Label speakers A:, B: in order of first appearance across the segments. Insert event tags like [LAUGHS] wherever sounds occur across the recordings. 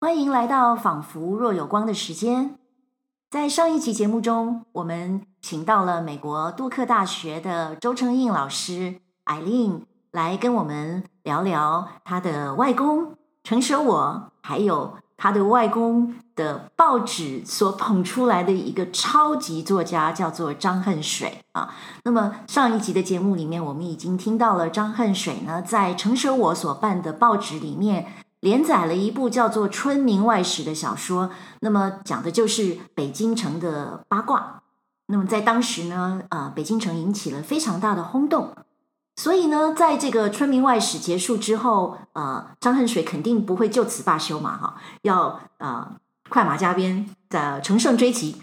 A: 欢迎来到《仿佛若有光》的时间。在上一期节目中，我们请到了美国杜克大学的周成印老师艾琳来跟我们聊聊她的外公成舍我，还有她的外公的报纸所捧出来的一个超级作家，叫做张恨水啊。那么上一集的节目里面，我们已经听到了张恨水呢在成舍我所办的报纸里面。连载了一部叫做《春明外史》的小说，那么讲的就是北京城的八卦。那么在当时呢，呃，北京城引起了非常大的轰动。所以呢，在这个《春明外史》结束之后，呃，张恨水肯定不会就此罢休嘛，哈，要呃快马加鞭，呃，乘胜追击。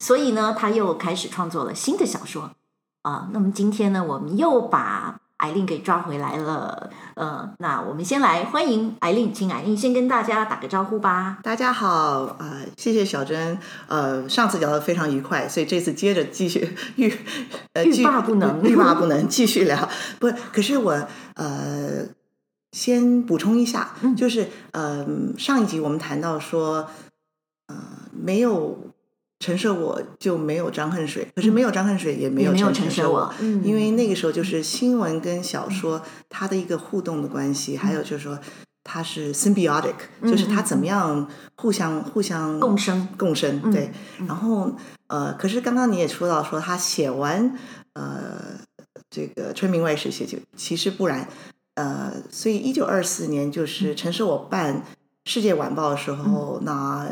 A: 所以呢，他又开始创作了新的小说。啊、那么今天呢，我们又把艾琳给抓回来了。呃，那我们先来欢迎艾琳，请艾琳先跟大家打个招呼吧。
B: 大家好，呃，谢谢小珍，呃，上次聊得非常愉快，所以这次接着继续欲呃
A: 欲
B: 继
A: 罢不能
B: 欲罢不能，继续聊。不，可是我呃，先补充一下，
A: 嗯
B: 就是呃，上一集我们谈到说，呃，没有陈设我就没有张恨水，可是没有张恨水也没
A: 也
B: 有
A: 没有
B: 陈
A: 陈
B: 设
A: 设我，嗯，
B: 因为那个时候就是新闻跟小说它的一个互动的关系，还有就是说它是 symbiotic，、
A: 嗯
B: 就是它怎么样互相互相
A: 共生
B: 共生
A: 嗯
B: 对。然后呃，可是刚刚你也说到说他写完呃这个《春明外史》写就其实不然，呃，所以一九二四年
A: 嗯
B: 就是陈设我办《世界晚报》的时候，那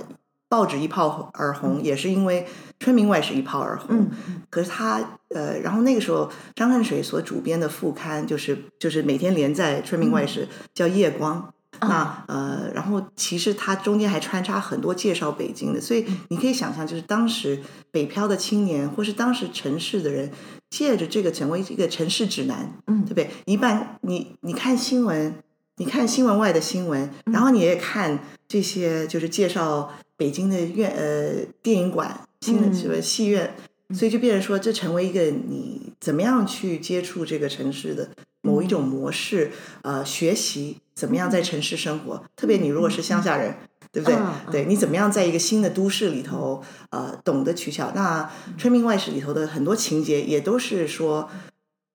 B: 报纸一炮而红，也是因为《春明外史》一炮而红。
A: 嗯
B: 可是他呃，然后那个时候张恨水所主编的副刊就是就是每天连载《春明外史》叫《夜光》。那呃，然后其实它中间还穿插很多介绍北京的，所以你可以想象，就是当时北漂的青年，或是当时城市的人，借着这个成为一个城市指南，
A: 嗯
B: 对不对？一半你你看新闻，你看新闻外的新闻，然后你也看这些就是介绍北京的院呃电影馆、新的
A: 嗯
B: 什么戏院，所以就变成说，这成为一个你怎么样去接触这个城市的某一种模式，呃，学习怎么样在城市生活，特别你如果是乡下人。对不对？
A: 嗯嗯
B: 对你怎么样在一个新的都市里头，呃，懂得取巧？那
A: 嗯
B: 《春明外史》里头的很多情节也都是说，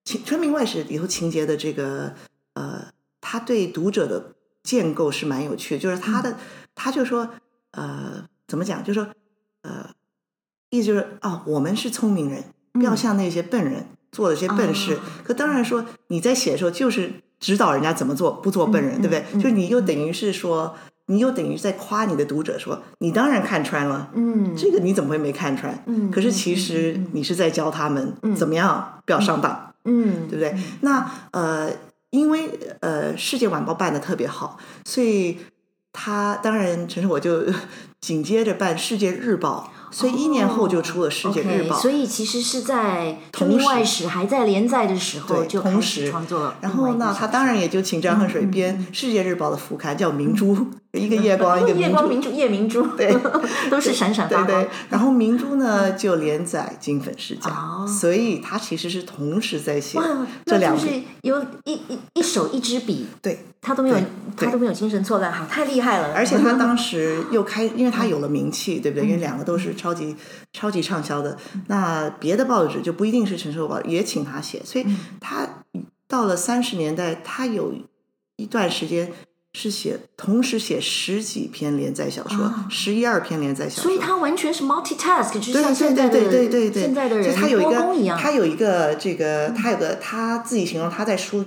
B: 情《春明外史》里头情节的这个呃，他对读者的建构是蛮有趣的，就是他的、
A: 嗯
B: 他就说呃，怎么讲？就说呃，意思就是啊、我们是聪明人，不
A: 嗯
B: 要像那些笨人做了些笨事。
A: 啊
B: 可当然说你在写的时候就是指导人家怎么做，不做笨人，
A: 嗯
B: 对不对？
A: 嗯
B: 就是你又等于是说，你又等于在夸你的读者说，你当然看穿了。
A: 嗯，
B: 这个你怎么会没看穿？
A: 嗯
B: 可是其实你是在教他们
A: 嗯
B: 怎么样不要上当。
A: 嗯，
B: 对不对？那呃，因为呃，《世界晚报》办的特别好，所以他当然陈胜我就 [LAUGHS] 紧接着办《世界日报》，所以一年后就出了《世界日
A: 哦 OK，
B: 报》
A: 所以其实是在《春
B: 同
A: 明
B: 时
A: 外史》还在连载的时候
B: 对
A: 就
B: 同
A: 开始
B: 时
A: 创作了
B: 然
A: 另外一
B: 后
A: 部小说。
B: 呢，他当然也就请张恨水编《世界日报》的副刊，叫《明珠》，
A: [LAUGHS]
B: 一个夜光，一个
A: 夜
B: 明
A: 光嗯
B: 珠，
A: 明珠、夜明珠，
B: 对，
A: [LAUGHS] 都是闪闪
B: 对
A: 发光嗯
B: 对。然后明珠呢就连载《金粉世家》
A: 哦
B: 所以他其实是同时在写
A: 哇，
B: 这
A: 那
B: 两
A: 就
B: 部。
A: 是有一一一手一支笔，
B: 对，
A: 他都没有
B: 对
A: 他
B: 对
A: 都没有精神错乱，好，太厉害了。
B: 而且他当时又开，因为他
A: 嗯
B: 有了名气，对不对？因为两个都是超级超级畅销的。
A: 嗯
B: 那别的报纸就不一定是陈寿宝也请他写，所以
A: 嗯
B: 他到了三十年代，他有一段时间是写同时写十几篇连载小说
A: 啊，
B: 十一二篇连载小
A: 所以
B: 说。
A: 他完全是 multitask，就是
B: 对
A: 像现在
B: 对
A: 的
B: 对对对对，
A: 现在的
B: 就
A: 人
B: 他有一
A: 多
B: 个
A: 工一样，嗯
B: 他有一个这个，他有个他自己形容他在书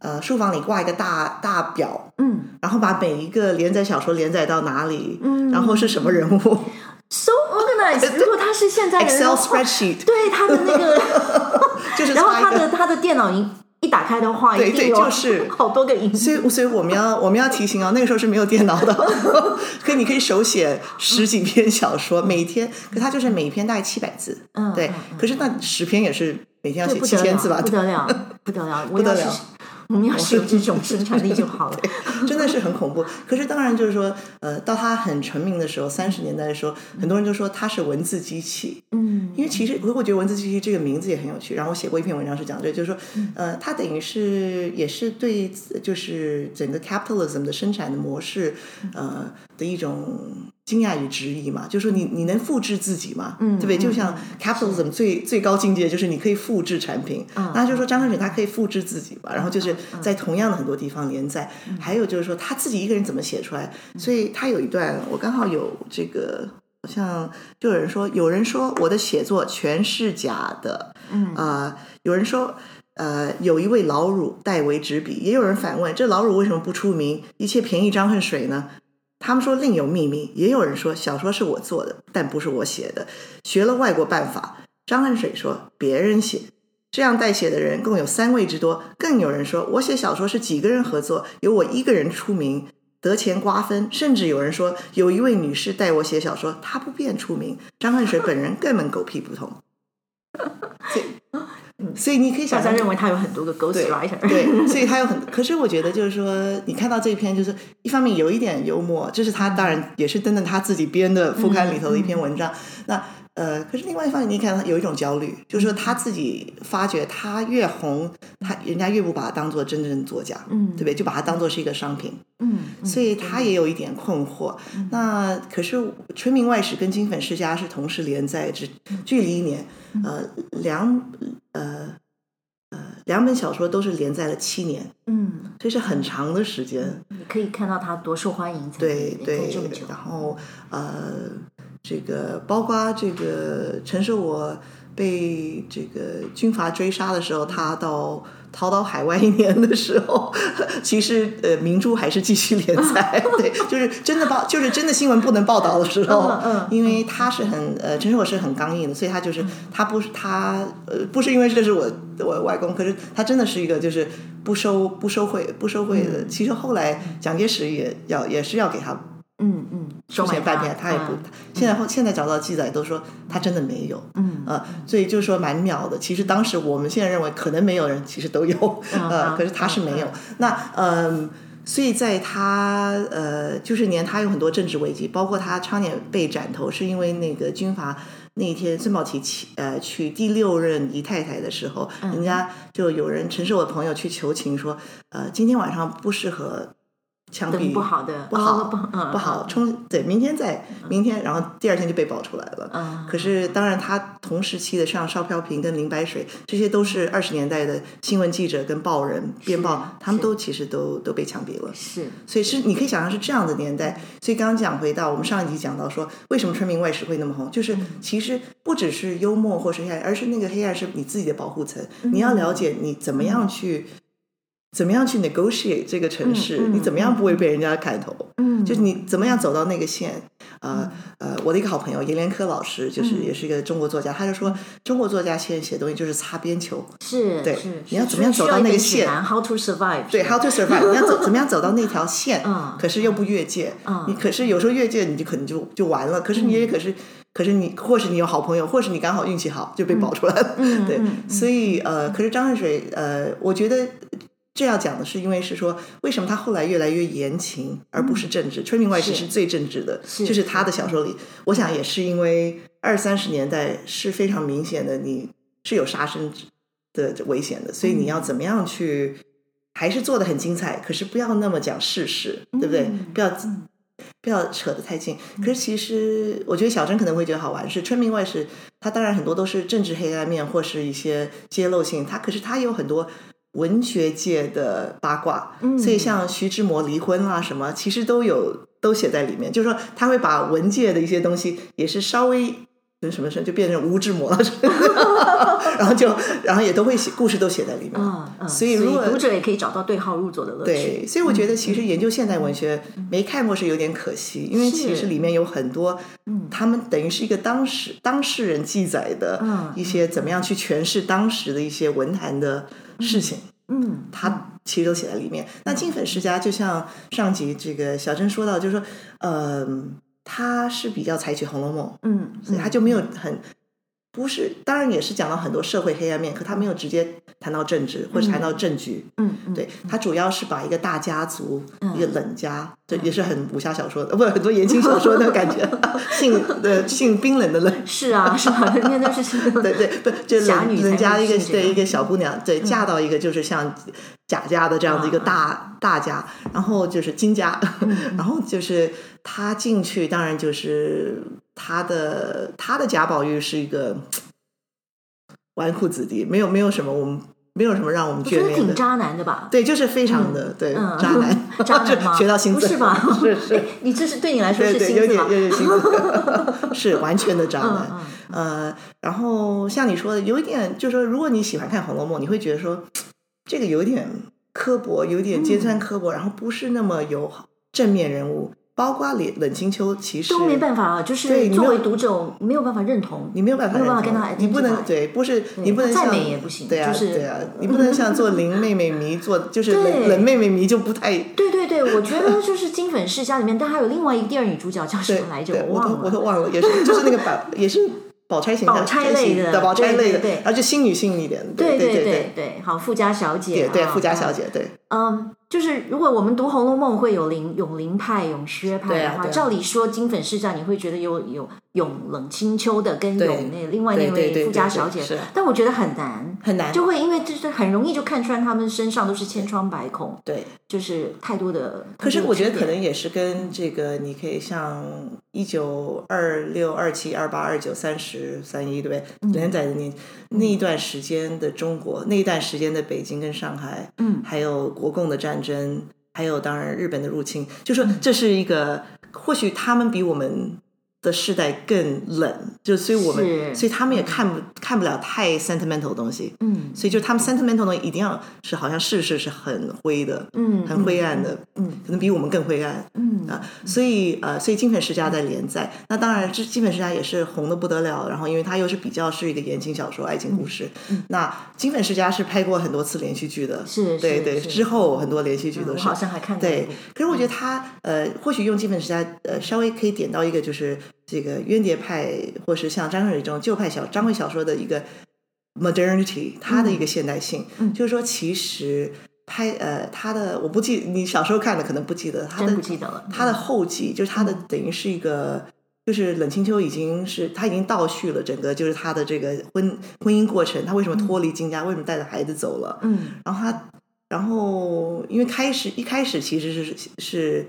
B: 呃书房里挂一个大大表，
A: 嗯
B: 然后把每一个连载小说连载到哪里，
A: 嗯
B: 然后是什么人物
A: ，so organized。如果他是现在的人的
B: ，Excel
A: 话 [LAUGHS]
B: spreadsheet
A: 对他的那个，
B: [LAUGHS] 就是
A: 然后
B: 插一
A: 他
B: 个
A: 的他的电脑一一打开的话，
B: 对
A: 一定
B: 对
A: 有
B: 就是
A: 好多个影
B: 所以，所以我们要我们要提醒啊，那个时候是没有电脑的， [LAUGHS] 可你可以手写十几篇小说，每天，可它就是每篇大概七百字，
A: 嗯
B: 对
A: 嗯，
B: 可是那十篇也是每天要
A: 这
B: 写
A: 不
B: 七
A: 得
B: 千字
A: 了，
B: 吧
A: 不，得
B: [LAUGHS]
A: 了，不得了，我
B: 不
A: 要
B: 得
A: 是
B: 了
A: 我们要是有这种 [LAUGHS] 生产力就好
B: [LAUGHS]
A: 了。
B: 真的是很恐怖。可是当然就是说，呃，到他很成名的时候，三十年代的时候，很多人就说他是文字机器，
A: 嗯
B: 因为其实我我觉得文字记忆这个名字也很有趣，然后我写过一篇文章是讲这个，就是说，
A: 嗯
B: 呃，它等于
A: 嗯
B: 是也是对就是整个 capitalism 的生产的模式，呃，的一种惊讶与质疑嘛，就是说你你能复制自己吗？
A: 嗯
B: 对不对？
A: 嗯
B: 就像 capitalism 最最高境界就是你可以复制产品，
A: 嗯
B: 那就是说张康准他可以复制自己吧，然后就是在同样的很多地方连载，
A: 嗯
B: 还有就是说他自己一个人怎么写出来，所以他有一段我刚好有这个。好像就有人说，有人说我的写作全是假的，
A: 嗯
B: 啊、有人说，呃，有一位老乳代为执笔，也有人反问，这老乳为什么不出名？一切便宜张恨水呢？他们说另有秘密，也有人说小说是我做的，但不是我写的，学了外国办法。张恨水说别人写，这样代写的人共有三位之多，更有人说我写小说是几个人合作，由我一个人出名。得钱瓜分，甚至有人说有一位女士代我写小说，她不便出名。张恨水本人根本狗屁不通， [LAUGHS] 所以，所以你可以
A: 大
B: 想
A: 家
B: 象，
A: 认为他有很多个 ghost
B: 对
A: writer，
B: 对，所以他有很，可是我觉得就是说，你看到这篇，就是一方面有一点幽默，这是他当然也是登登他自己编的副刊里头的一篇文章。那呃，可是另外一方面，你看他有一种焦虑，就是说他自己发觉他越红，他人家越不把他当做真正作家，
A: 嗯，
B: 对不对？就把他当做是一个商品。
A: 嗯，嗯，
B: 所以他也有一点困惑。那可是《春明外史》跟《金粉世家》是同时连载，只
A: 嗯
B: 距离一年，呃，两呃呃两本小说都是连载了七年，
A: 嗯，
B: 所以是很长的时间。
A: 你可以看到他多受欢迎才
B: 对
A: 连载
B: 对
A: 嗯这么久，，
B: 然后呃，这个包括这个陈寿我被这个军阀追杀的时候，他到。逃到海外一年的时候， [LAUGHS] 其实呃，明珠还是继续连载，对，就是真的报，就是真的新闻不能报道的时候，
A: 啊嗯嗯
B: 因为他是很呃，陈寿是很刚硬的，所以他就是他不是他呃，不是因为这是我我外公，可是他真的是一个就是不收不收贿不收贿的。其实后来蒋介石也要也是要给他
A: 嗯嗯，收
B: 出
A: 买
B: 钱半天，他也不，现在后现在找到记载都说他真的没有，
A: 嗯
B: 呃，所以就是说蛮妙的。其实当时我们现在认为可能没有人，其实都有，
A: 嗯
B: 呃，
A: 嗯
B: 可是他是没有。那嗯。所以在他呃九十年，他有很多政治危机，包括他常年被斩头，是因为那个军阀那一天孙宝琦去呃娶第六任姨太太的时候，
A: 嗯
B: 人家就有人陈是我的朋友去求情说，呃今天晚上不适合枪
A: 等
B: 毙
A: 不好的
B: 不好，
A: 哦不嗯
B: 不好，冲对，明天再，明天，然后第二天就被爆出来了。
A: 嗯，
B: 可是，当然，他同时期的像邵飘萍跟林白水，这些都是二十年代的新闻记者跟报人编报，他们
A: 是
B: 都其实都都被枪毙了。
A: 是
B: 所以是你可以想象是这样的年代。所以刚刚讲回到我们上一集讲到说，为什么春明外史会那么红，就是
A: 嗯
B: 其实不只是幽默或是黑暗，而是那个黑暗是你自己的保护层。
A: 嗯
B: 你要了解你怎么样去，怎么样去 negotiate 这个城市，
A: 嗯嗯
B: 你怎么样不会被人家砍头，
A: 嗯，
B: 就是你怎么样走到那个线。呃呃，我的一个好朋友阎连科老师，就是
A: 嗯
B: 也是一个中国作家，他就说中国作家现在写东西就是擦边球，
A: 是
B: 对
A: 是，
B: 你要怎么样走到那个线
A: ？How to survive？
B: 对
A: 是
B: ，how to survive，你
A: [LAUGHS]
B: 要走怎么样走到那条线，
A: 嗯
B: 可是又不越界，
A: 嗯
B: 你可是有时候越界你就可能就就完了，可是你也可是，可是你或是你有好朋友，或是你刚好运气好就被保出来了，
A: 嗯
B: 对，
A: 嗯
B: 所以呃，可是张恨水呃，我觉得。这要讲的是，因为是说为什么他后来越来越言情，而不是政治。春明外史
A: 嗯是
B: 是最政治的，
A: 是
B: 就是他的小说里，我想也是因为二三十年代是非常明显的，你是有杀身之的危险的，所以你
A: 嗯
B: 要怎么样去还是做的很精彩，可是不要那么讲事实，对不对？
A: 嗯
B: 不要不要扯得太近。可是其实我觉得小珍可能会觉得好玩，是春明外是它当然很多都是政治黑暗面或是一些揭露性，它可是它也有很多。文学界的八卦，
A: 嗯
B: 所以像徐志摩离婚啦、什么，其实都有都写在里面。就是说，他会把文界的一些东西，也是稍微那什么事就变成吴志摩了， [LAUGHS] 然后就然后也都会写故事都写在里面。
A: 嗯嗯，
B: 所以如果
A: 读者也可以找到对号入座的乐趣。
B: 对，所以我觉得其
A: 嗯
B: 实研究现代文学没看过是有点可惜，因为其实里面有很多，他们等于是一个当时当事人记载
A: 嗯
B: 的一些怎么样去诠释当时的一些文坛的事情，
A: 嗯，
B: 他其实都写在里面。那金粉世家就像上集这个小珍说到，就是说，嗯、他是比较采取《红楼梦》，
A: 嗯，
B: 所以他就没有很不是，当然也是讲到很多社会黑暗面，可他没有直接谈到政治或者谈到政局。
A: 嗯嗯
B: 对他主要是把一个大家族，
A: 嗯
B: 一个冷家，这也是很武侠小说的，不很多言情小说的
A: [LAUGHS]
B: 感觉，性呃性冰冷的冷。
A: 是啊是啊，那那就是
B: [LAUGHS] 对对，不就
A: 侠
B: 冷
A: 女才
B: 冷家
A: 会
B: 一个
A: 是这嗯
B: 对
A: 样
B: 一个小姑娘，对嫁到一个就是像贾家的这样的一
A: 嗯
B: 个大、大家，然后就是金家，然后就是他进去，当然就是他的他的贾宝玉是一个纨绔子弟，没有没有什么我们没有什么让我们
A: 我
B: 眷
A: 觉得
B: 恋
A: 挺
B: 的。
A: 渣男的吧？
B: 对，就是非常的、对、
A: 嗯，
B: 渣男 [LAUGHS]
A: 渣男吗？
B: 学到新
A: 不
B: 字
A: 是吧？
B: [LAUGHS] 是是
A: 哎，你这是对你来说
B: 对
A: 是
B: 对，
A: 新
B: 有
A: 字
B: 点
A: 吧
B: 有？点心
A: [LAUGHS]
B: 思，是完全的渣
A: 嗯
B: 男。
A: 嗯，
B: 呃，然后像你说的，有一点就是说，如果你喜欢看《红楼梦》，你会觉得说这个有一点刻薄，有一点尖
A: 嗯
B: 酸刻薄，然后不是那么有正面人物，包括冷冷清秋，其实
A: 都没办法啊，就
B: 对
A: 是
B: 你没
A: 作
B: 有
A: 为读者我没有办法认同，
B: 你没有办法
A: 没
B: 认
A: 有
B: 同，
A: 办法跟他
B: 你不
A: identify
B: 能对，不是
A: 对
B: 你不能
A: 再
B: 像
A: 美也不行
B: 对啊，
A: 就是
B: 对啊，你不能像做林妹妹迷，做就
A: [LAUGHS]
B: 是
A: 对
B: 冷冷妹妹迷就不太
A: 对对对，我觉得就是《金粉世家》里面，但还有另外一个第二女主角叫什
B: 对
A: 么来着？
B: 对，
A: 我
B: 我都
A: 忘了。
B: 我都忘了，也是就是那个宝也是宝钗形象，
A: 宝钗类的
B: 对宝钗类的，
A: 对对对
B: 而且新女性一点，
A: 对
B: 对
A: 对
B: 对
A: 对，好，富家小姐
B: 对
A: 啊，
B: 对，富家小姐对。
A: 嗯，就是如果我们读《红楼梦》会有林永林派、永薛派
B: 对
A: 的
B: 啊
A: 话，
B: 对啊
A: 照理说《金粉世家》你会觉得有有咏冷清秋的跟
B: 对
A: 咏那另外
B: 对
A: 那
B: 对对
A: 位
B: 对
A: 富家
B: 对
A: 小姐
B: 是，
A: 但我觉得很难，
B: 很难，
A: 就会因为就是很容易就看穿他们身上都是千疮百孔，
B: 对。
A: 就是太多的。
B: 可是
A: 太多的
B: 我觉得
A: 缺
B: 可
A: 点
B: 能也是跟这个，你可以像一九二六、二七、二八、二九、三十、三一，对不
A: 嗯
B: 对？连载的那那一段时间的中国，那一段时间的北京跟上海，
A: 嗯
B: 还有国共的战争，还有当然日本的入侵，就说这是一个，或许他们比我们。的世代更冷，就所以我们，
A: 是
B: 所以他们也看不看不了太 sentimental 的东西，
A: 嗯
B: 所以就他们 sentimental 的东西一定要是好像世事是很灰的，
A: 嗯
B: 很灰暗的，
A: 嗯
B: 可能比我们更灰暗。
A: 嗯
B: 啊，所以呃，所以《金粉世家》在连载，那当然这《金粉世家》也是红的不得了。然后，因为它又是比较是一个言情小说、爱情故事。那《金粉世家》是拍过很多次连续剧的，
A: 嗯是
B: 对
A: 是
B: 对，
A: 是
B: 之后很多连续剧
A: 嗯
B: 都
A: 我
B: 是。
A: 好像还看嗯过一
B: 对
A: 部，
B: 可是我觉得他呃，或许用《金粉世家》呃，稍微可以点到一个就是这个渊蝶派，或是像张惠这种旧派小张惠小说的一个 modernity，它的一个现代性，
A: 嗯
B: 就是说其实拍呃他的我不记你小时候看的可能不记得他
A: 真
B: 的
A: 不记得了。嗯
B: 他的后记，就是他的等于是一个。就是冷清秋已经是他已经倒叙了整个就是他的这个婚婚姻过程，他为什么脱离金家，为什么带着孩子走了，
A: 嗯
B: 然后他，然后因为开始一开始其实是是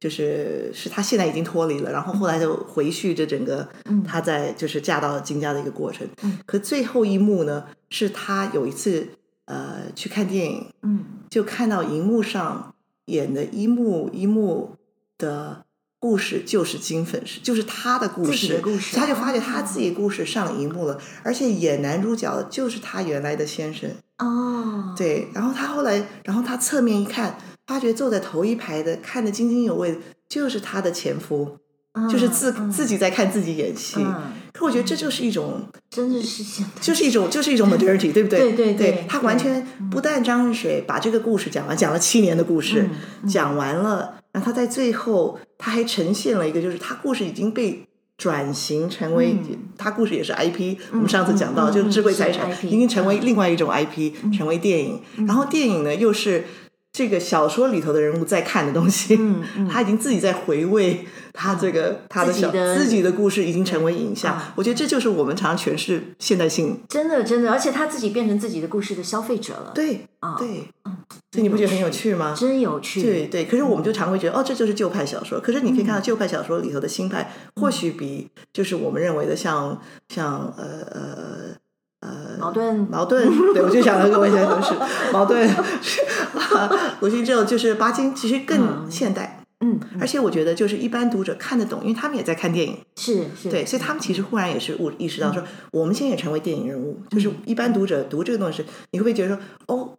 B: 就是是他现在已经脱离了，然后后来就回去这整个
A: 嗯
B: 他在就是嫁到金家的一个过程。
A: 嗯
B: 可最后一幕呢，是他有一次呃去看电影，
A: 嗯
B: 就看到荧幕上演的一幕一幕的故事，就是金粉饰，就是他的故
A: 自己
B: 事，
A: 的故事哦
B: 他就发觉他自己的故事上荧幕了，而且演男主角的就是他原来的先生。
A: 哦，
B: 对，然后他后来，然后他侧面一看，发觉坐在头一排的看得津津有味的就是他的前夫，
A: 嗯
B: 就是自、
A: 嗯
B: 自己在看自己演戏。
A: 嗯
B: 可我觉得这就是一种，
A: 真的是现代，
B: 就是一种，就是一种 modernity，对不
A: 对
B: 对？
A: 对对
B: 他完全不但张恨水把这个故事讲完，讲了七年的故事，
A: 嗯嗯
B: 讲完了，然后他在最后他还呈现了一个，就是他故事已经被。转型成为、
A: 嗯
B: 他故事也是 IP，、我们上次讲到、
A: 嗯嗯
B: 就是智慧
A: 是
B: 财产
A: IP
B: 已经成为另外
A: 嗯
B: 一种 IP，、成为电影，然后电影呢又是这个小说里头的人物在看的东西，
A: 嗯嗯
B: [LAUGHS]
A: 啊
B: 他已经自己在回味他这个、他的
A: 自己
B: 小
A: 的
B: 自己的故事已经成为影像，
A: 啊
B: 我觉得这就是我们常常诠释现代性。
A: 真的真的，而且他自己变成自己的故事的消费者了，
B: 对
A: 啊，
B: 对，嗯所以你不觉得很有趣吗？
A: 真有趣，
B: 对对，可是我们就常会觉得，哦，这就是旧派小说。可是你可以
A: 嗯
B: 看到旧派小说里头的新派，或许比就是我们认为的像像呃呃
A: 矛盾
B: 矛盾，对我就想到跟我现在同事矛盾， [LAUGHS] 啊鲁迅这种就是巴金，其实更
A: 嗯
B: 现代。
A: 嗯
B: 而且我觉得，就是一般读者看得懂，因为他们也在看电影，
A: 是是，
B: 对，所以他们其实忽然也是悟意识到说，我们现在也成为电影人物，就是一般读者读这个东西时，你会不会觉得说，哦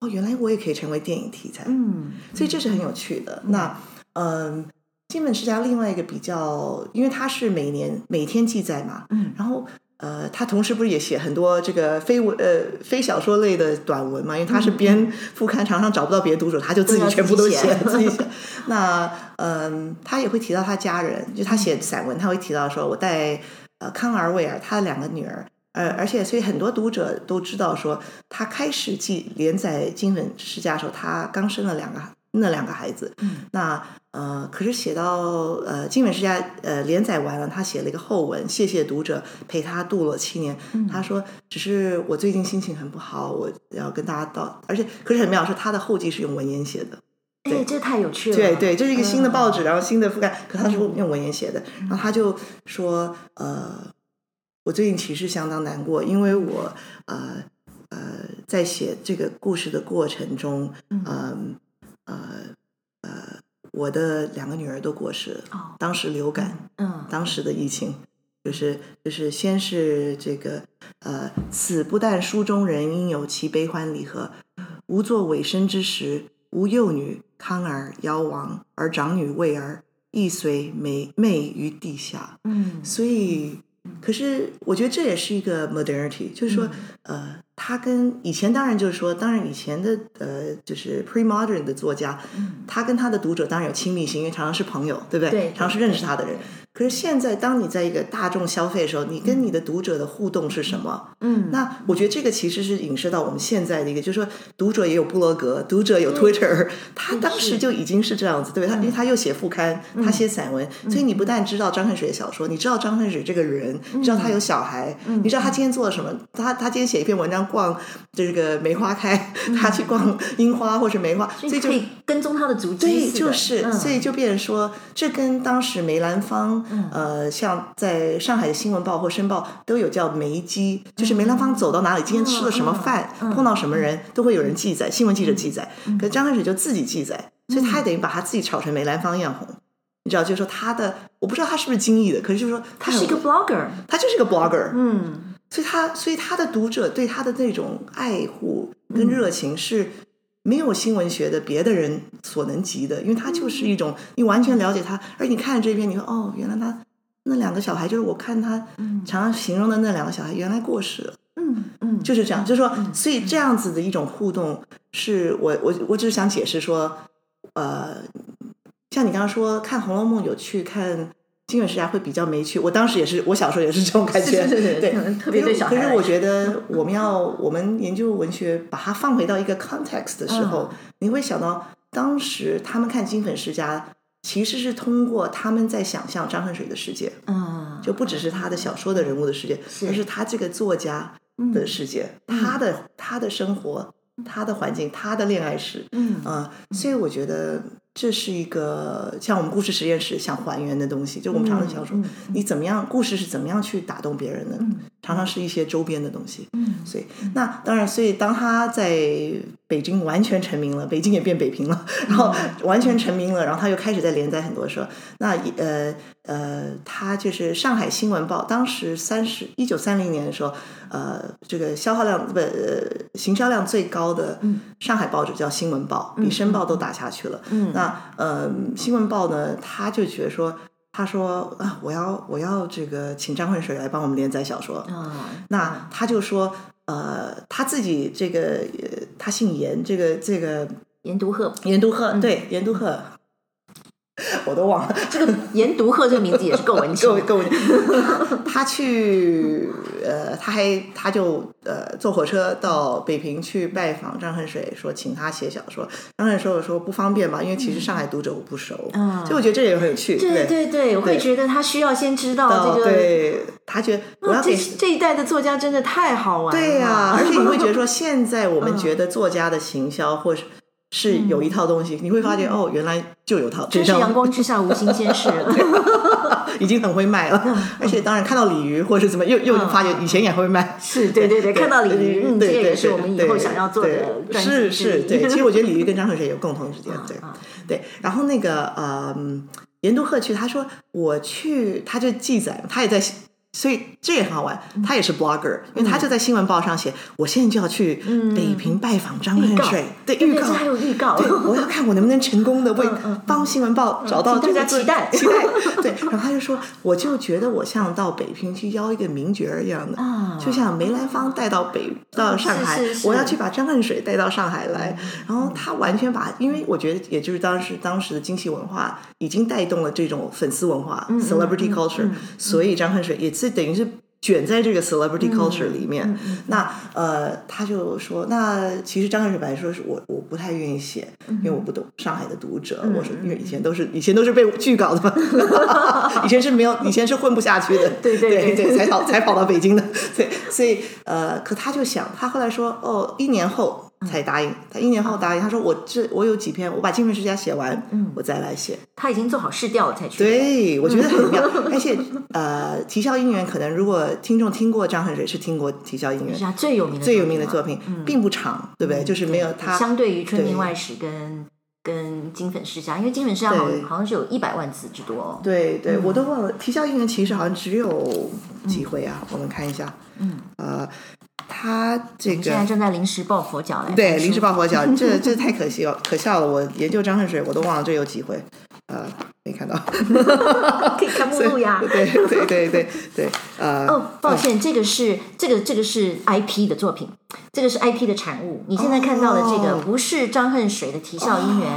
B: 哦，原来我也可以成为电影题材，
A: 嗯
B: 所以这是很有趣的。那嗯，金本世家另外一个比较，因为它是每年每天记载嘛，
A: 嗯
B: 然后呃，他同时不是也写很多这个非文呃非小说类的短文嘛？因为他是编副刊，常常找不到别的读者，他就嗯自己
A: 对啊
B: [LAUGHS] 全部都
A: 自己
B: 写
A: 写
B: 自己写。那嗯、他也会提到他家人，就他写散文，他会提到说，我带呃康尔维尔他的两个女儿。呃，而且，所以很多读者都知道说，他开始记连载《金粉世家》的时候，他刚生了两个那两个孩子。
A: 嗯
B: 那呃，可是写到呃《金本世家》呃连载完了，他写了一个后文，谢谢读者陪他度了七年。
A: 嗯
B: 他说，只是我最近心情很不好，我要跟大家道，而且可是很妙是他的后记是用文言写的，
A: 哎，这太有趣了。
B: 对对，这是一个新的报
A: 嗯
B: 纸，然后新的覆盖，可他是用文言写的，然后他就说，呃，我最近其实相当难过，因为我呃呃在写这个故事的过程中，
A: 嗯
B: 嗯呃呃，我的两个女儿都过世了，
A: 哦，
B: 当时流感，
A: 嗯
B: 当时的疫情，就是就是先是这个呃，此不但书中人应有其悲欢离合，吾作尾身之时，吾幼女康儿夭亡，而长女卫儿亦随美昧于地下。
A: 嗯
B: 所以，可是我觉得这也是一个 modernity，就是说，呃，它跟以前当然就是说，当然以前的呃，就是 pre modern 的作家，
A: 嗯，
B: 他跟他的读者当然有亲密性，因为常常是朋友，对不对？
A: 对
B: 常常是认识他的人。可是现在，当你在一个大众消费的时候，你跟你的读者的互动是什么？
A: 嗯，
B: 那我觉得这个其实是影射到我们现在的一个，就是说读者也有布罗格，读者
A: 嗯
B: 有 Twitter，他 [LAUGHS] 当时就已经是这样子，对不对？他因为他又写副刊，
A: 嗯
B: 他写散文，所以你不但知道张恨水的小说，你知道张恨水这个人，
A: 嗯
B: 你知道他有小孩，你知道他今天做了什么，他他今天写一篇文章逛这个梅花开，
A: 嗯
B: [LAUGHS] 他去逛樱花或是梅花，
A: 所
B: 所
A: 以
B: 以就
A: 可以跟踪他的足迹似
B: 对，
A: 的，
B: 就是，
A: 嗯
B: 所以就变成说，这跟当时梅兰芳，
A: 嗯
B: 呃，像在上海的新闻报或申报都有叫梅记，就是梅兰芳走到哪里，今天吃了什么饭，
A: 嗯嗯嗯嗯
B: 碰到什么人，都会有人记载，新闻记者记载。可张恨水就自己记载，所以他等于把他自己炒成梅兰芳一样红。你知道，就是说他的，我不知道他是不是精益的，可是就是说他
A: 他是一个
B: 很
A: blogger，
B: 他就是个 blogger，
A: 嗯
B: 所以他所以他的读者对他的那种爱护跟热情是没有新闻学的别的人所能及的，因为他就是一种你完全了解他，而你看这篇，你说哦，原来他那两个小孩就是我看他
A: 嗯
B: 常常形容的那两个小孩原来过世了，
A: 嗯嗯，
B: 就是这样，就是说，所以这样子的一种互动，是我我我只是想解释说，呃，像你刚刚说看《红楼梦》有趣，看《金粉世家》会比较没趣。我当时也是，我小时候也是这种感觉，
A: 是是是是
B: 对
A: 可能，特别对小孩
B: 可
A: 来
B: 是
A: 说嗯
B: 我觉得 [LAUGHS] 我们要我们研究文学，把它放回到一个 context 的时候，
A: 嗯
B: 你会想到当时他们看《金粉世家》。其实是通过他们在想象张恨水的世界，
A: 嗯，
B: 就不只是他的小说的人物的世界，
A: 是
B: 而是他这个作家
A: 嗯
B: 的世界，
A: 嗯
B: 他的他的生活，他的环境，他的恋爱史，
A: 嗯
B: 啊、所以我觉得这是一个像我们故事实验室想还原的东西，就我们常常想说，
A: 嗯嗯
B: 你怎么样故事是怎么样去打动别人的，
A: 嗯
B: 常常是一些周边的东西。
A: 嗯
B: 所以，那当然，所以当他在北京完全成名了，北京也变北平了， [LAUGHS] 然后
A: 嗯
B: 完全成名了，然后他又开始在连载很多社。那也呃呃，他就是上海新闻报，当时三十一九三零年的时候，呃，这个消耗量不、呃、行销量最高的
A: 嗯
B: 上海报纸叫《新闻报》，比《申报》都打下去了。
A: 嗯
B: 那呃，新闻报呢，他就觉得说。他说啊，我要我要这个请张恨水来帮我们连载小说。
A: 啊
B: 那他就说，呃，他自己这个，呃、他姓严，这个这个
A: 研读鹤，
B: 严都
A: 嗯
B: 赫，对，严
A: [LAUGHS]
B: 都赫，我都忘了，
A: 这个研读鹤这个名字也是够文青的，
B: 各位各位， [LAUGHS] 他去呃，他还他就呃坐火车到北平去拜访张恨水，说请他写小说。张恨水我说不方便嘛，因为其实上海读者我不熟，
A: 嗯
B: 所以我觉得这也很有趣，
A: 对
B: 不对。
A: 对对，我会觉得他需要先知道
B: 到
A: 这个，
B: 对他觉得我
A: 哇
B: 要给
A: 这这一代的作家真的太好玩了，
B: 对呀、而且你会觉得说，现在我们觉
A: 嗯
B: 得作家的行销或是是有一套东西，你会发觉哦，原来就有套，这
A: 嗯真是
B: 张
A: 阳光之下无新鲜事，
B: [LAUGHS] 已经很会卖
A: 嗯
B: 了。而且当然看到鲤鱼或者怎么，又又发觉以前也会卖。
A: 是嗯对对对，看到鲤鱼，嗯，这
B: 对
A: 个
B: 对
A: 也是
B: 对
A: 我们以
B: 对
A: 后想要做的
B: 对
A: 专辑
B: 是
A: 之
B: 是，
A: 一 [LAUGHS]
B: 对。其实我觉得鲤鱼跟张恨水有共同之点，对
A: 啊
B: 对。然后那个呃，嗯严都鹤去，他说我去，他就记载，他也在。所以这也很好玩，
A: 嗯
B: 他也是 blogger，、因为他就在新闻报上写，我现在就要去北平拜访
A: 嗯
B: 张
A: 预
B: 恨
A: 告
B: 水，对
A: 对
B: 预
A: 对，这
B: 告，
A: 还有预告，
B: 对，我要看我能不能成功的
A: 嗯
B: 为帮新闻报找到
A: 请大家
B: 这个
A: 期待
B: 期待。对，然后他就说，我就觉得我像到北平去邀一个名角儿一样的，
A: 啊嗯
B: 就像梅兰芳带到北到上海，
A: 是是嗯
B: 我要去把张恨水带到上海来。然后他完全把，因为我觉得也就是当时当时的精细文化已经带动了这种粉丝文化、c e l e b r i t y culture，、所以张恨水也是等于是卷在这个 celebrity
A: 嗯
B: culture 里面。
A: 嗯嗯
B: 那呃，他就说，那其实张开始白说是我我不太愿意写，
A: 嗯
B: 因为我不懂上海的读者。我说，因为以前都是以前都是被拒稿
A: [LAUGHS]
B: 的嘛，以前是没有，以前是混不下去的，
A: 对对
B: 对
A: 对对
B: 才跑才跑到北京的， [LAUGHS] 所以所以呃，可他就想，他后来说，哦，一年后
A: 嗯
B: 才答应，他一年后答应，他说我这我有几篇，我把《精神世家》写完，
A: 嗯
B: 我再来写。
A: [LAUGHS] 他已经做好试调了才去。，
B: 对，我觉得
A: [LAUGHS]
B: 很妙。而且呃，《啼笑姻缘》可能如果听众听过张恨水，是听过《啼笑姻缘
A: 是》啊，最有名的
B: 嗯最有名的
A: 嘛
B: 作品，并不长，对不对？就是没有他
A: 相嗯对于《春
B: 对
A: 明外史》跟跟《金粉世家》，因为《金粉世家》好
B: 对
A: 像好像是有一百万字之多哦。
B: 对对，我都忘了。啼笑姻缘其实好像只有几回啊，我们看一下。
A: 嗯，
B: 呃，他这
A: 你现在
B: 个
A: 正在临时抱佛脚来翻书，
B: 对临时抱
A: [LAUGHS]
B: 佛脚，这这太可惜了，可笑了。我研究张恨水，我都忘了这有几回，呃，没
A: [LAUGHS]
B: 看到。。
A: 可以看目录呀
B: 对对对对
A: [LAUGHS]
B: 对，呃，
A: 哦，抱歉，这个是这个这个是 IP 的作品，这个是 IP 的产物。你现在看到的这个
B: 哦
A: 不是张恨水的《啼笑姻缘》，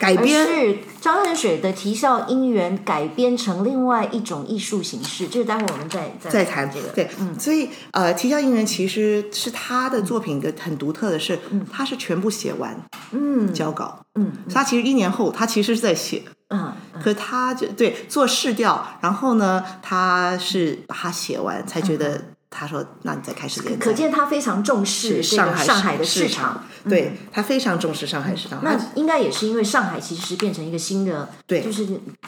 B: 改
A: 而
B: 编
A: 是张恨水的《啼笑姻缘》改编成另外一种艺术形式。这个待会儿我们再再
B: 再
A: 再
B: 谈
A: 这个。嗯
B: 对，所以呃，啼笑姻缘其实是他的作品的很独特的是，他是全部写完
A: 嗯
B: 交稿，
A: 嗯
B: 所以他其实一年后他其实是在写，
A: 嗯嗯
B: 可他就对做试调，然后呢，他是把它写完才觉得，他说那你再开始连载，
A: 嗯可见他非常重视这
B: 上
A: 个
B: 海
A: 上海的市
B: 市
A: 场。，嗯
B: 对他非常重视上海市场，
A: 那
B: 他
A: 应该也是因为上海其实是变成一个新的，
B: 对
A: 就是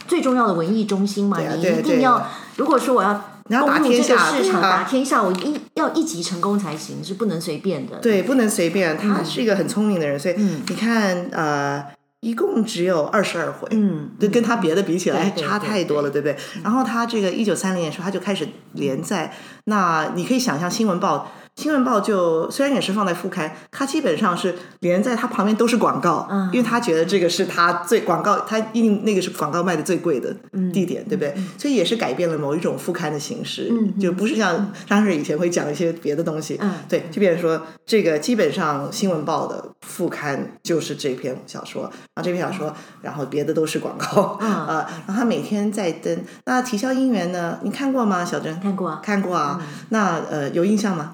A: 最重要的文艺中心嘛。
B: 对啊
A: 你
B: 对啊
A: 一
B: 对啊
A: 定要，如果说我要
B: 你要打
A: 攻入
B: 天
A: 这个
B: 下
A: 市
B: 对
A: 场，
B: 啊
A: 打天下，我一要一级成功才行，是不能随便的。，
B: 对不能随便，
A: 嗯
B: 他是一个很聪明的人，所以你看呃，一共只有二十二回，
A: 嗯，
B: 就跟他别的比起来
A: 对对
B: 差太多了，对不对？然后他这个一九三零年的时候他就开始连载，那你可以想象新闻报。新闻报就虽然也是放在副刊，它基本上是连在它旁边都是广告，
A: 嗯
B: 因为他觉得这个是他最广告，他一定那个是广告卖的最贵的地点，对不对？所以也是改变了某一种副刊的形式，
A: 嗯
B: 就不是像张瑞以前会讲一些别的东西，
A: 嗯
B: 对，就变成说这个基本上新闻报的副刊就是这篇小说，然后这篇小说，然后别的都是广告， [LAUGHS]
A: 嗯
B: 呃，然后他每天在登。那《啼笑姻缘》呢？你看过吗，小珍？
A: 看过啊，
B: 看过啊。那呃，有印象吗？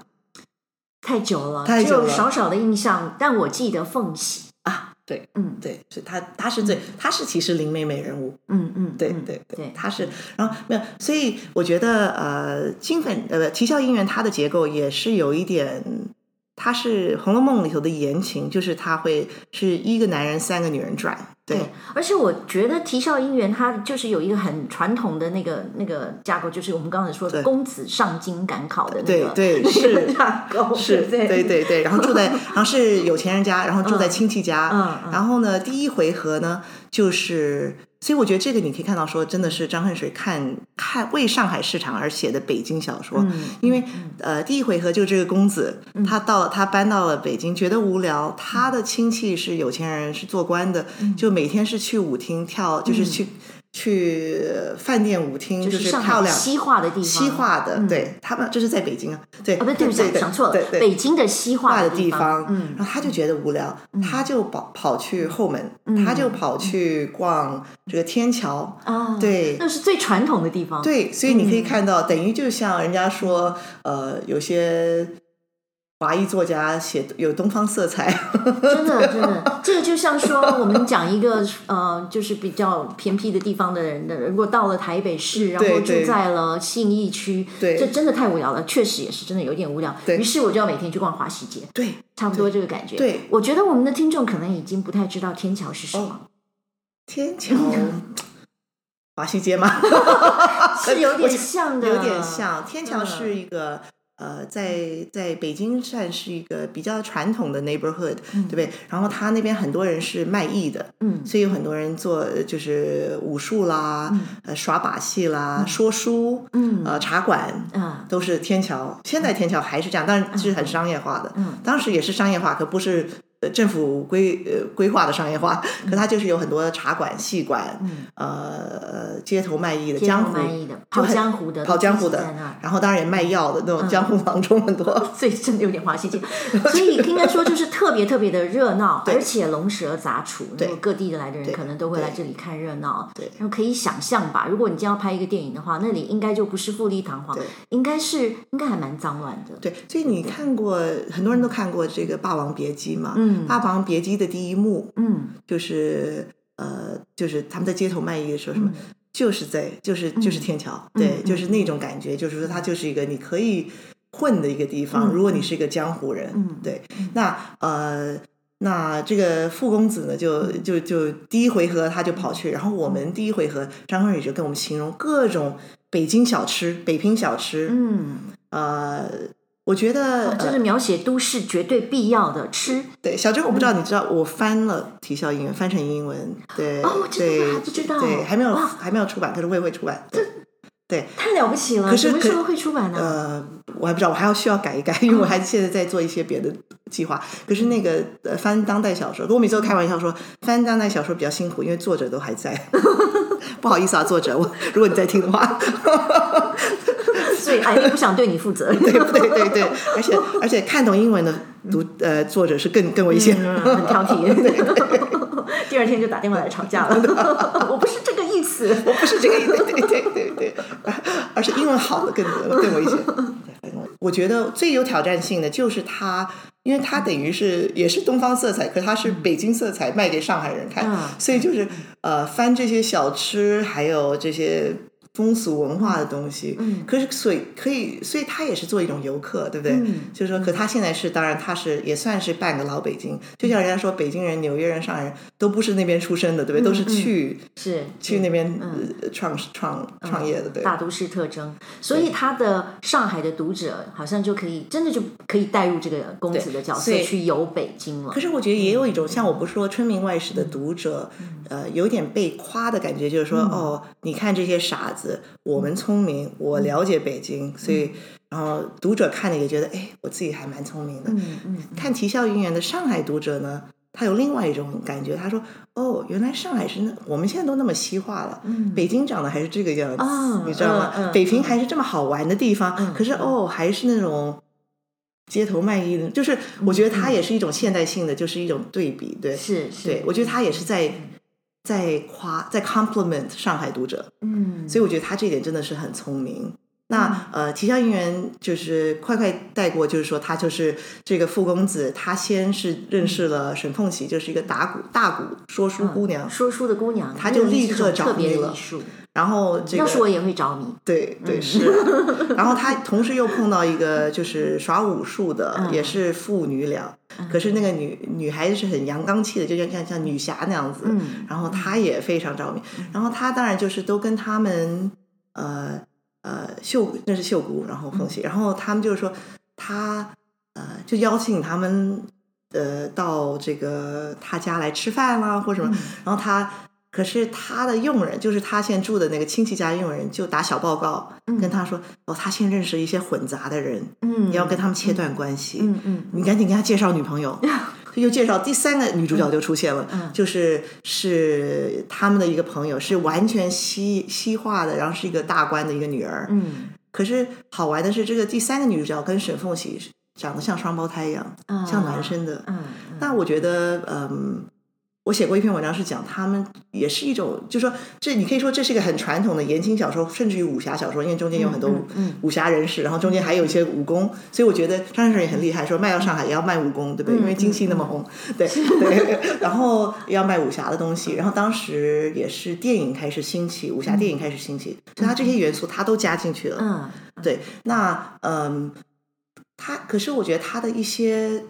A: 太久了，
B: 太
A: 只
B: 久
A: 有
B: 了
A: 少少的印象，但我记得缝隙。
B: 啊，对，
A: 嗯
B: 对，是他，他是最，他是其实林妹妹人物，
A: 嗯嗯，
B: 对
A: 嗯
B: 对
A: 对，
B: 他是，然后没有，所以我觉得呃，金粉呃，不啼笑姻缘它的结构也是有一点，它是《红楼梦》里头的言情，就是他会是一个男人三个女人转，对，
A: 对，而且我觉得《啼笑姻缘》它就是有一个很传统的那个那个架构，就是我们刚才说
B: 对
A: 的公子上京赶考的 [LAUGHS] 那个那
B: 对对
A: 个
B: 是
A: 架构，
B: 是
A: 对
B: 对对对，然
A: [LAUGHS]
B: 后住在，然后是有钱人家，然后住在亲戚家，
A: 嗯嗯
B: 然后呢，第一回合呢就是，所以我觉得这个你可以看到说，真的是张恨水看看为上海市场而写的北京小说，
A: 嗯
B: 因为呃第一回合就这个公子，他到他搬到了北京，觉得无
A: 嗯
B: 聊，他的亲戚是有钱人，是做官的，就每天是去舞厅跳，就是去。去饭店舞厅
A: 嗯就是是上
B: 漂
A: 海
B: 亮
A: 西化的地方，
B: 西化的，
A: 嗯
B: 对他们这是在北京啊，对，
A: 啊，不对不起，讲错了，
B: 对对
A: 北京的西化
B: 的
A: 地
B: 方，
A: 嗯，
B: 然后他就觉得无聊，他就跑跑去后门，他就跑去逛这个天桥，
A: 啊，，
B: 对。
A: 那是最传统的地方，，
B: 对，所以你可以看到，等于就像人家说，呃，有些华裔作家写有东方色彩，
A: 真的真的， [LAUGHS] 这个就像说我们讲一个呃，就是比较偏僻的地方的人的，如果到了台北市，然后
B: 嗯对
A: 住
B: 对
A: 在了信义区，
B: 对
A: 这真的太无聊了，确实也是真的有点无聊，
B: 对
A: 于是我就要每天去逛华西街，
B: 对，
A: 差不多这个感觉。
B: 对
A: 我觉得我们的听众可能已经不太知道天桥是什么，
B: 天桥，华西街吗？
A: 是有点像的，
B: 哦 [LAUGHS] 有点。像天桥是一个、呃，在在北京算是一个比较传统的 neighborhood，、对不对？然后他那边很多人是卖艺的，
A: 嗯
B: 所以有很多人做呃就是武术啦，呃耍把戏啦，说书，
A: 嗯
B: 呃茶馆。
A: 啊，
B: 都是天桥，现在天桥还是这样，但是是很商业化的。
A: 嗯，
B: 当时也是商业化，可不是呃政府规呃规划的商业化，
A: 嗯
B: 可它就是有很多茶馆、戏馆，呃街头卖艺的
A: 街头
B: 江湖
A: 卖艺的
B: 就
A: 跑
B: 很
A: 江湖的
B: 跑江湖
A: 都聚集在那
B: 的
A: 儿，嗯
B: 然后当然也卖药的那种江湖郎中很多， [LAUGHS]
A: 所以真的有点滑稽劲。所以应该说就是特别特别的热闹，
B: 对
A: 而且龙蛇杂处，那
B: 对
A: 么各地的来的人
B: 对
A: 可能都会来
B: 对
A: 这里看热闹。
B: 对
A: 然后可以想象吧，如果你今天要拍一个电影的话，那里应该就不是富丽堂皇
B: 对，
A: 应该是应该还蛮脏乱的。
B: 对，所以你看过很多人都看过这个《霸王别姬》嘛，
A: 嗯
B: 霸王别姬》的第一幕
A: 嗯，
B: 就是呃，就是他们在街头卖艺的时候，什么、
A: 嗯
B: 就是在就是就是天桥，对，
A: 嗯
B: 就是那种感觉，就是说它就是一个你可以混的一个地
A: 嗯
B: 方，如果你是一个江湖人，
A: 嗯
B: 对，那呃。那这个傅公子呢，就
A: 嗯
B: 就就第一回合他就跑去，然后我们第一回合张坤宇就跟我们形容各种北京小吃、北平小吃，
A: 嗯，哦
B: 呃，我觉得、
A: 哇这
B: 呃
A: 是描写都市绝对必要的吃
B: 对，小郑，我不知道，
A: 嗯
B: 你知道，我翻了《啼笑姻缘》，翻成英文，对，
A: 哦我知道
B: 对，
A: 还不知道
B: 对，还没有，
A: 哇
B: 还没有出版，可是会会出版，对，
A: 太了不起了，
B: 可是
A: 什么时
B: 可
A: 候会出版呢？
B: 呃，我还不知道，我还要需要改一改，因为我
A: 嗯
B: 还现在在做一些别的计划。可是那个呃，翻当代小说，跟我每次都开玩笑说，翻当代小说比较辛苦，因为作者都
A: [LAUGHS]
B: 还在，不好意思啊，作者，我如果你在听的话，
A: 所以艾丽不想对你负责。
B: 对对对对，而且而且看懂英文的读呃作者是更更危险。 [LAUGHS]
A: 嗯， [LAUGHS] 很挑剔。 [LAUGHS] 第二天就打电话来吵架 [LAUGHS]
B: [LAUGHS]
A: 了。我不是这个意思。
B: 我不是这个意思，对对对对对，而是英文好的更更危险。我觉得最有挑战性的就是它，因为它等于是也是东方色彩，可它是北京色彩卖给上海人看，
A: 嗯
B: 所以就是呃翻这些小吃，还有这些风俗文化的东西。
A: 嗯
B: 可是所以可以，所以它也是做一种游客，对不对？
A: 嗯
B: 就是说，可他现在是，当然他是也算是半个老北京，就像人家说，北京人、纽约人、上海人都不是那边出生的，对不对？都是
A: 嗯
B: 去
A: 是
B: 去那边、
A: 嗯
B: 呃创创创业的，对。
A: 大都市特征，所以他的上海的读者好像就可以真的就可以带入这个公子的角
B: 对
A: 色
B: 所以
A: 去游北京了
B: 可。是我觉得也有一种像我不是说春明外史的
A: 嗯
B: 读者，呃，有点被夸的感觉，就是说、哦，你看这些傻子，我
A: 嗯
B: 们聪明，我了解北京，所以然后读者看了也觉得，哎，我自己还蛮聪明的。
A: 嗯嗯，
B: 看《啼笑姻缘》的上海读者呢，他有另外一种感觉，他说：“哦，原来上海是那我们现在都那么西化了，
A: 嗯
B: 北京长得还是这个样子，
A: 啊
B: 你知道吗？
A: 嗯嗯
B: 北平还是这么好玩的地方，
A: 嗯
B: 可是哦，还是那种街头卖艺的，就是我觉得它也是一种现代性的，就是一种对比，对，
A: 嗯是嗯是，
B: 对，我觉得他也是在在夸，在 compliment 上海读者，
A: 嗯，
B: 所以我觉得他这一点真的是很聪明。那呃，提校应援就是快快带过，就是说他就是这个傅公子，他先是认
A: 嗯
B: 识了沈凤喜，就是一个打鼓大鼓说书姑娘，
A: 嗯说书的姑娘，
B: 她就
A: 那个
B: 立
A: 是
B: 刻
A: 种
B: 着
A: 特别
B: 迷
A: 的
B: 了
A: 艺术。
B: 然后这个
A: 要是我也会着迷，
B: 对对是啊、然后他同时又碰到一个就是耍武术的，也是父女俩，可是那个女女孩子是很阳刚气的，就像像像女侠那样子，
A: 嗯
B: 然后他也非常着迷，然后他当然就是都跟他们呃呃秀那是秀姑，然后凤
A: 嗯
B: 喜，然后他们就是说他呃就邀请他们呃到这个他家来吃饭啦或什
A: 嗯
B: 么，然后他。可是他的佣人，就是他现在住的那个亲戚家的佣人，就打小报告、跟他说：“哦，他现在认识一些混杂的人，
A: 嗯
B: 你要跟他们切断关系。
A: 嗯嗯
B: 你赶紧给他介绍女朋友。就又介绍第三个女主角就出现了，
A: 嗯
B: 就是是他们的一个朋友，是完全西西化的，然后是一个大官的一个女儿。
A: 嗯
B: 可是好玩的是，这个第三个女主角跟沈凤喜长得像双胞胎一样，
A: 啊
B: 像孪生的。
A: 嗯嗯
B: 那我觉得，嗯，我写过一篇文章是讲他们也是一种，就说这你可以说这是一个很传统的言情小说，甚至于武侠小说，因为中间有很多武,、
A: 嗯嗯
B: 武侠人士，然后中间还有一些武功，所以我觉得张先生也很厉害，说卖到上海也要卖武功，对
A: 嗯
B: 不对？因为京戏那么红，对对，然后要卖武侠的东西，然后当时也是电影开始兴起，武侠电影开始兴起，所以他这些元素他都加进去了，
A: 嗯
B: 对，那嗯，他可是我觉得他的一些，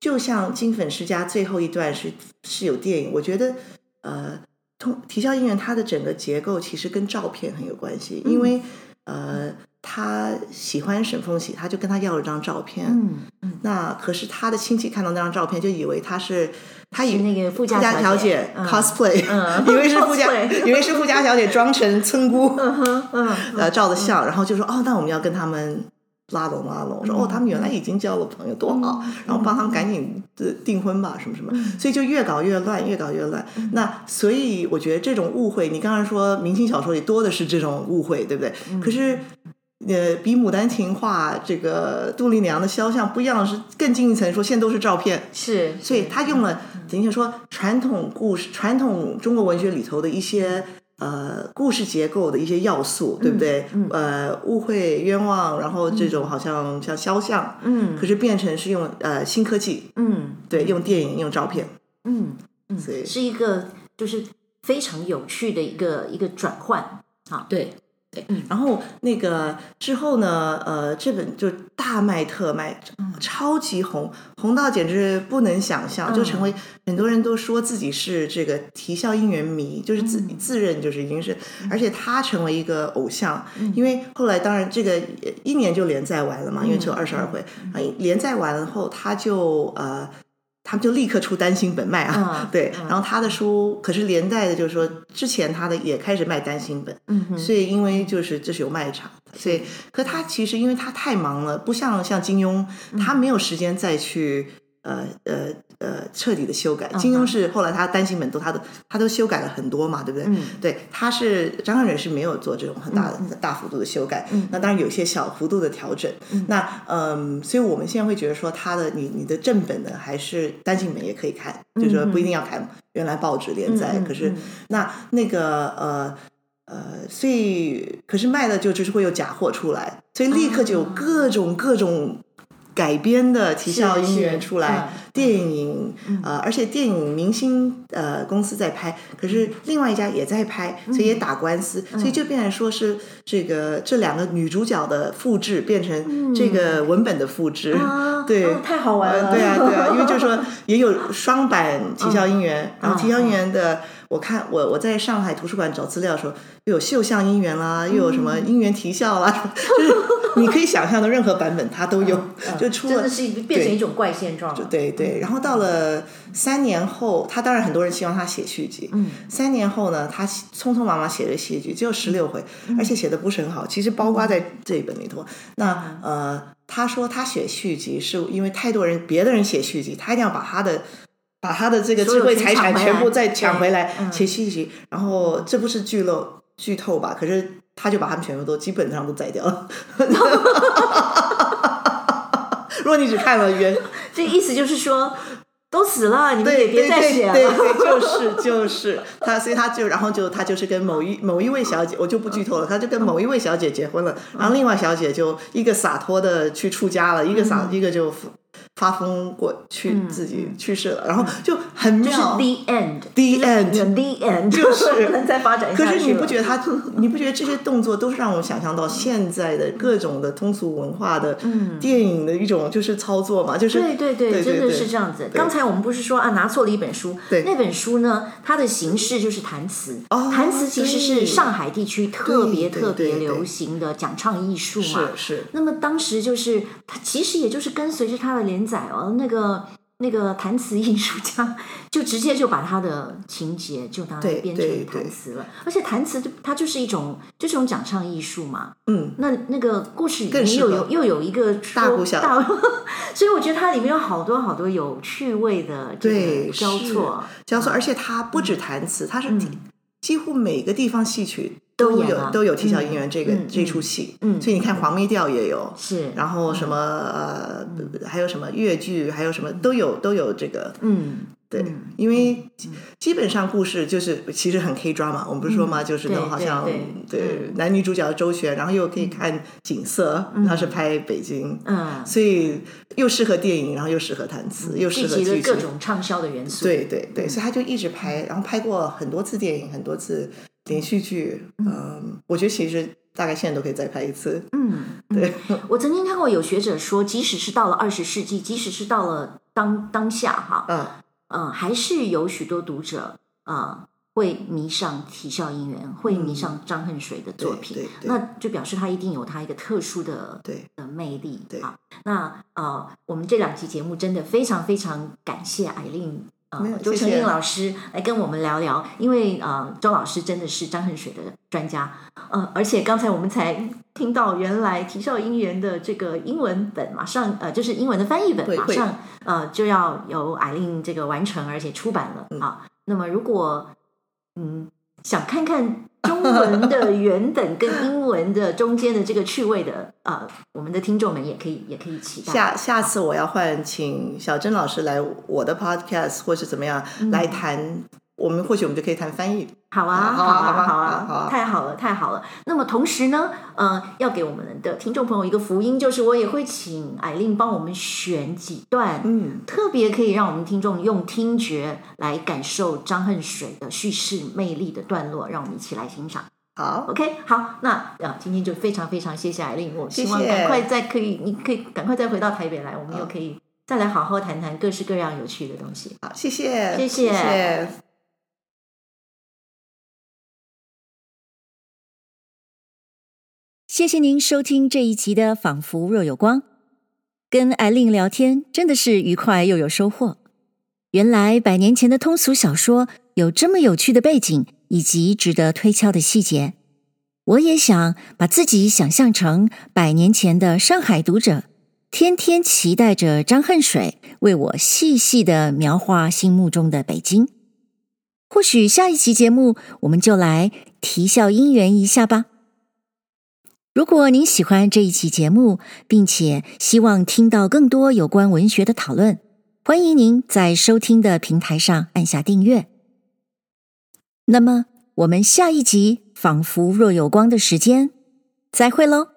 B: 就像《金粉世家》最后一段是是有电影，我觉得呃，通啼笑姻缘它的整个结构其实跟照片很有关系，因为
A: 嗯
B: 呃，他喜欢沈凤喜，他就跟他要了张照片。
A: 嗯嗯，
B: 那可是他的亲戚看到那张照片，就以为他是他以
A: 是那个
B: 富
A: 富
B: 家
A: 家
B: 小
A: 小姐
B: 姐
A: 嗯
B: cosplay，、
A: 嗯
B: 以为是富家，
A: cosplay
B: 以为是
A: [LAUGHS]
B: 富家小姐装成村姑，
A: 嗯
B: 呃呃照的相，然后就说哦，那我们要跟他们拉拢拉拢，说哦，他们原来已经交了朋友，多好，然后帮他们赶紧呃订婚吧，什么什么，所以就越搞越乱，越搞越乱。那所以我觉得这种误会，你刚才说明清小说里多的是这种误会，对不对？可是。呃，比《牡丹亭》画这个杜丽娘的肖像不一样的是，更进一层说，现在都是照片，
A: 是，
B: 所以他用了
A: 嗯
B: 等于说传统故事、传统中国文学里头的一些呃故事结构的一些要素，对不对？
A: 嗯
B: 呃，误会、冤枉，然后这种好像像肖像，
A: 嗯
B: 可是变成是用呃新科技，
A: 嗯
B: 对，用电影、用照片，
A: 嗯嗯
B: 所以，
A: 是一个就是非常有趣的一个一个转换。啊嗯
B: 对。对，然后那个之后呢，呃，这本就大卖特卖，
A: 嗯
B: 嗯超级红，红到简直不能想象，就成为
A: 嗯
B: 很多人都说自己是这个啼笑姻缘迷，就是自、
A: 嗯
B: 自认就是已经是，而且他成为一个偶像，
A: 嗯
B: 因为后来当然这个呃一年就联赛完了嘛，因为
A: 嗯
B: 只有二十二回，啊、联赛完了后他就呃。他们就立刻出单行本卖啊，
A: 嗯
B: 对，然后他的书可是连带的，就是说之前他的也开始卖单行本，
A: 嗯哼，
B: 所以因为就是这是有卖场，所以可他其实因为他太忙了，不像像金庸，
A: 嗯
B: 他没有时间再去呃呃呃彻底的修
A: 嗯
B: 改。金庸是后来他单行本都他都他都修改了很多嘛，对不对？
A: 嗯
B: 对，他是张翰仁是没有做这种很大的、大幅度的修改，
A: 嗯
B: 那当然有一些小幅度的调整。那嗯，所以我们现在会觉得说他的你你的正本呢，还是单行本也可以看，就是说不一定要看原来报纸连载，
A: 嗯嗯嗯
B: 可是
A: 嗯
B: 那那个呃呃，所以可是卖的就就是会有假货出来，所以立刻
A: 哦
B: 就有各种各种改编的啼笑姻缘出来，
A: 嗯
B: 电影呃，而且电影明星呃公司在拍，可是另外一家也在拍，所
A: 嗯
B: 以也打官司，所以就变成说是这个这两个女主角的复制变成这个文本的复制，
A: 嗯啊，
B: [LAUGHS] 对
A: 哦太好玩
B: 呃
A: 了，
B: 对啊，对啊，因为就是
A: 嗯
B: 说也有双版啼笑姻缘，然后啼笑姻
A: 嗯
B: 缘的，我看我我在上海图书馆找资料的时候，又有绣像姻缘啦，又有什
A: 嗯
B: 么姻缘啼笑啦， [LAUGHS] 就是你可以想象的任何版本它都有，就
A: 嗯
B: 出
A: 真
B: 了
A: 的。是一个变成一种怪现状了。
B: 对对，然后到了三年后，他当然很多人希望他写续集。嗯，三年后呢，他匆匆忙忙写了续集，只有十六回，
A: 嗯
B: 而且写的不是很好。其实包括在这一本里头，那
A: 嗯
B: 呃，他说他写续集是因为太多人别的人写续集，他一定要把他的。把他的这个
A: 所有
B: 智慧
A: 全
B: 财产
A: 抢回
B: 全
A: 来
B: 部再
A: 对
B: 抢
A: 嗯
B: 回来写续集，然后这不是剧漏剧透吧？可是他就把他们全部都基本上都摘
A: [LAUGHS]
B: 掉了。 [LAUGHS] 如果你只看了原
A: 这意思就是说，都死了，你们也
B: 对
A: 别
B: 对
A: 再写
B: 对
A: 了。
B: 对，就是就是他，所以他就然后就他就是跟某一某一位小姐，我就不剧透了，他就跟某一位小姐结婚了，
A: 嗯
B: 然后另外小姐就一个洒脱的去出家了，一个洒
A: 嗯
B: 一个就发疯过去自己去世了，然后就很
A: 就是
B: 妙
A: the end，
B: the
A: 就是
B: end。
A: the end，
B: 就是
A: 不 [LAUGHS] 能再发展下去
B: 可
A: 了。嗯
B: 是你不觉
A: [LAUGHS]
B: 得他，你不觉得这些动作都是让我想象到现在的各种的通俗文化的电影的一种就是操作嘛？就是
A: 对对对，
B: 对
A: 真的是
B: 对
A: 这样子。刚才我们不是说啊，拿错了一本书，
B: 对
A: 那本书呢，它的形式就是弹词。
B: 哦
A: 弹词其实是
B: 对
A: 上海地区特别
B: 对对
A: 特别
B: 对对
A: 流行的讲唱艺术嘛。
B: 是是，
A: 那么当时就是它其实也就是跟随着它的连载哦，那个那个弹词艺术家就直接就把他的情节就拿来
B: 对
A: 编
B: 对
A: 成
B: 对
A: 弹词了。而且弹词就它就是一种就是一种讲唱艺术嘛。
B: 嗯。
A: 那那个故事里
B: 更
A: 面
B: 适
A: 又
B: 合
A: 有又有一个说
B: 大鼓小
A: 所以我觉得它里面有好多好多有趣味的这
B: 对
A: 个，交
B: 是
A: 错，
B: 交错，而且它不
A: 嗯
B: 止弹词，它是几几乎每个地方戏曲
A: 都
B: 都
A: 演
B: 有
A: 了
B: 都有啼笑姻缘这个
A: 嗯
B: 这出戏，
A: 嗯
B: 所以你看黄梅调也有，
A: 是，
B: 然后什么呃还有什么越剧，还有什么都有都有这个，
A: 嗯，
B: 对
A: 嗯，
B: 因为基基本上故事就是其实很 K 抓嘛，我们不是说嘛，就是那
A: 嗯
B: 种
A: 对
B: 好
A: 对
B: 像
A: 对嗯
B: 对男女主角周旋，然后又可以看景色，它是拍北京，
A: 嗯，
B: 所以又适合电影，然后又适合弹词，又适
A: 聚嗯
B: 合
A: 集
B: 剧
A: 了
B: 情
A: 各。种畅销的元素，，
B: 对对对，所以他就一直拍，然后拍过很多次电影，很多次连续剧。嗯，我觉得其实大概现在都可以再拍一次。
A: 嗯，
B: 对，
A: 我曾经看过有学者说，即使是到了二十世纪，即使是到了当当下哈，
B: 啊，
A: 嗯，还是有许多读者啊、呃会迷上啼笑姻缘，会迷上张恨水的作品，
B: 嗯对对对
A: 那就表示他一定有他一个特殊的
B: 对，
A: 的魅力
B: 对
A: 啊。那呃，我们这两期节目真的非常非常感谢艾琳呃
B: 没有
A: 周
B: 谢
A: 成
B: 谢
A: 英老师来跟我们聊聊，因为呃，周老师真的是张恨水的专家，呃，而且刚才我们才听到，原来啼笑姻缘的这个英文本马上呃，就是英文的翻译本
B: 会
A: 马
B: 会
A: 上呃就要由艾琳这个完成，而且出版了、
B: 嗯
A: 啊。那么如果嗯想看看中文
B: [LAUGHS]
A: 的原本跟英文的中间的这个趣味的呃，我们的听众们也可以也可以期待。
B: 下下次我要换请小珍老师来我的 podcast 或是怎么样、
A: 嗯
B: 来谈，我们或许我们就可以谈翻译。
A: 好啊，
B: 好
A: 啊，
B: 啊
A: 好
B: 好啊
A: 啊，
B: 好啊
A: 太好了，太好了。那么同时呢，呃，要给我们的听众朋友一个福音，就是我也会请艾琳帮我们选几段，
B: 嗯，
A: 特别可以让我们听众用听觉来感受张恨水的叙事魅力的段落，让我们一起来欣赏。
B: 好，
A: OK，好，那呃，今天就非常非常谢谢艾琳，我希望
B: 谢谢嗯
A: 赶快再可以，你可以赶快再回到台北来，我们又
B: 好
A: 可以再来好好谈谈各式各样有趣的东西。
B: 好，谢谢，
A: 谢谢
B: 谢谢
A: 谢谢您收听这一集的《仿佛若有光》，跟艾琳聊天真的是愉快又有收获。原来百年前的通俗小说有这么有趣的背景，以及值得推敲的细节。我也想把自己想象成百年前的上海读者，天天期待着张恨水为我细细的描画心目中的北京。或许下一期节目我们就来啼笑姻缘一下吧。如果您喜欢这一期节目，并且希望听到更多有关文学的讨论，欢迎您在收听的平台上按下订阅。那么，我们下一集《仿佛若有光》的时间，再会喽。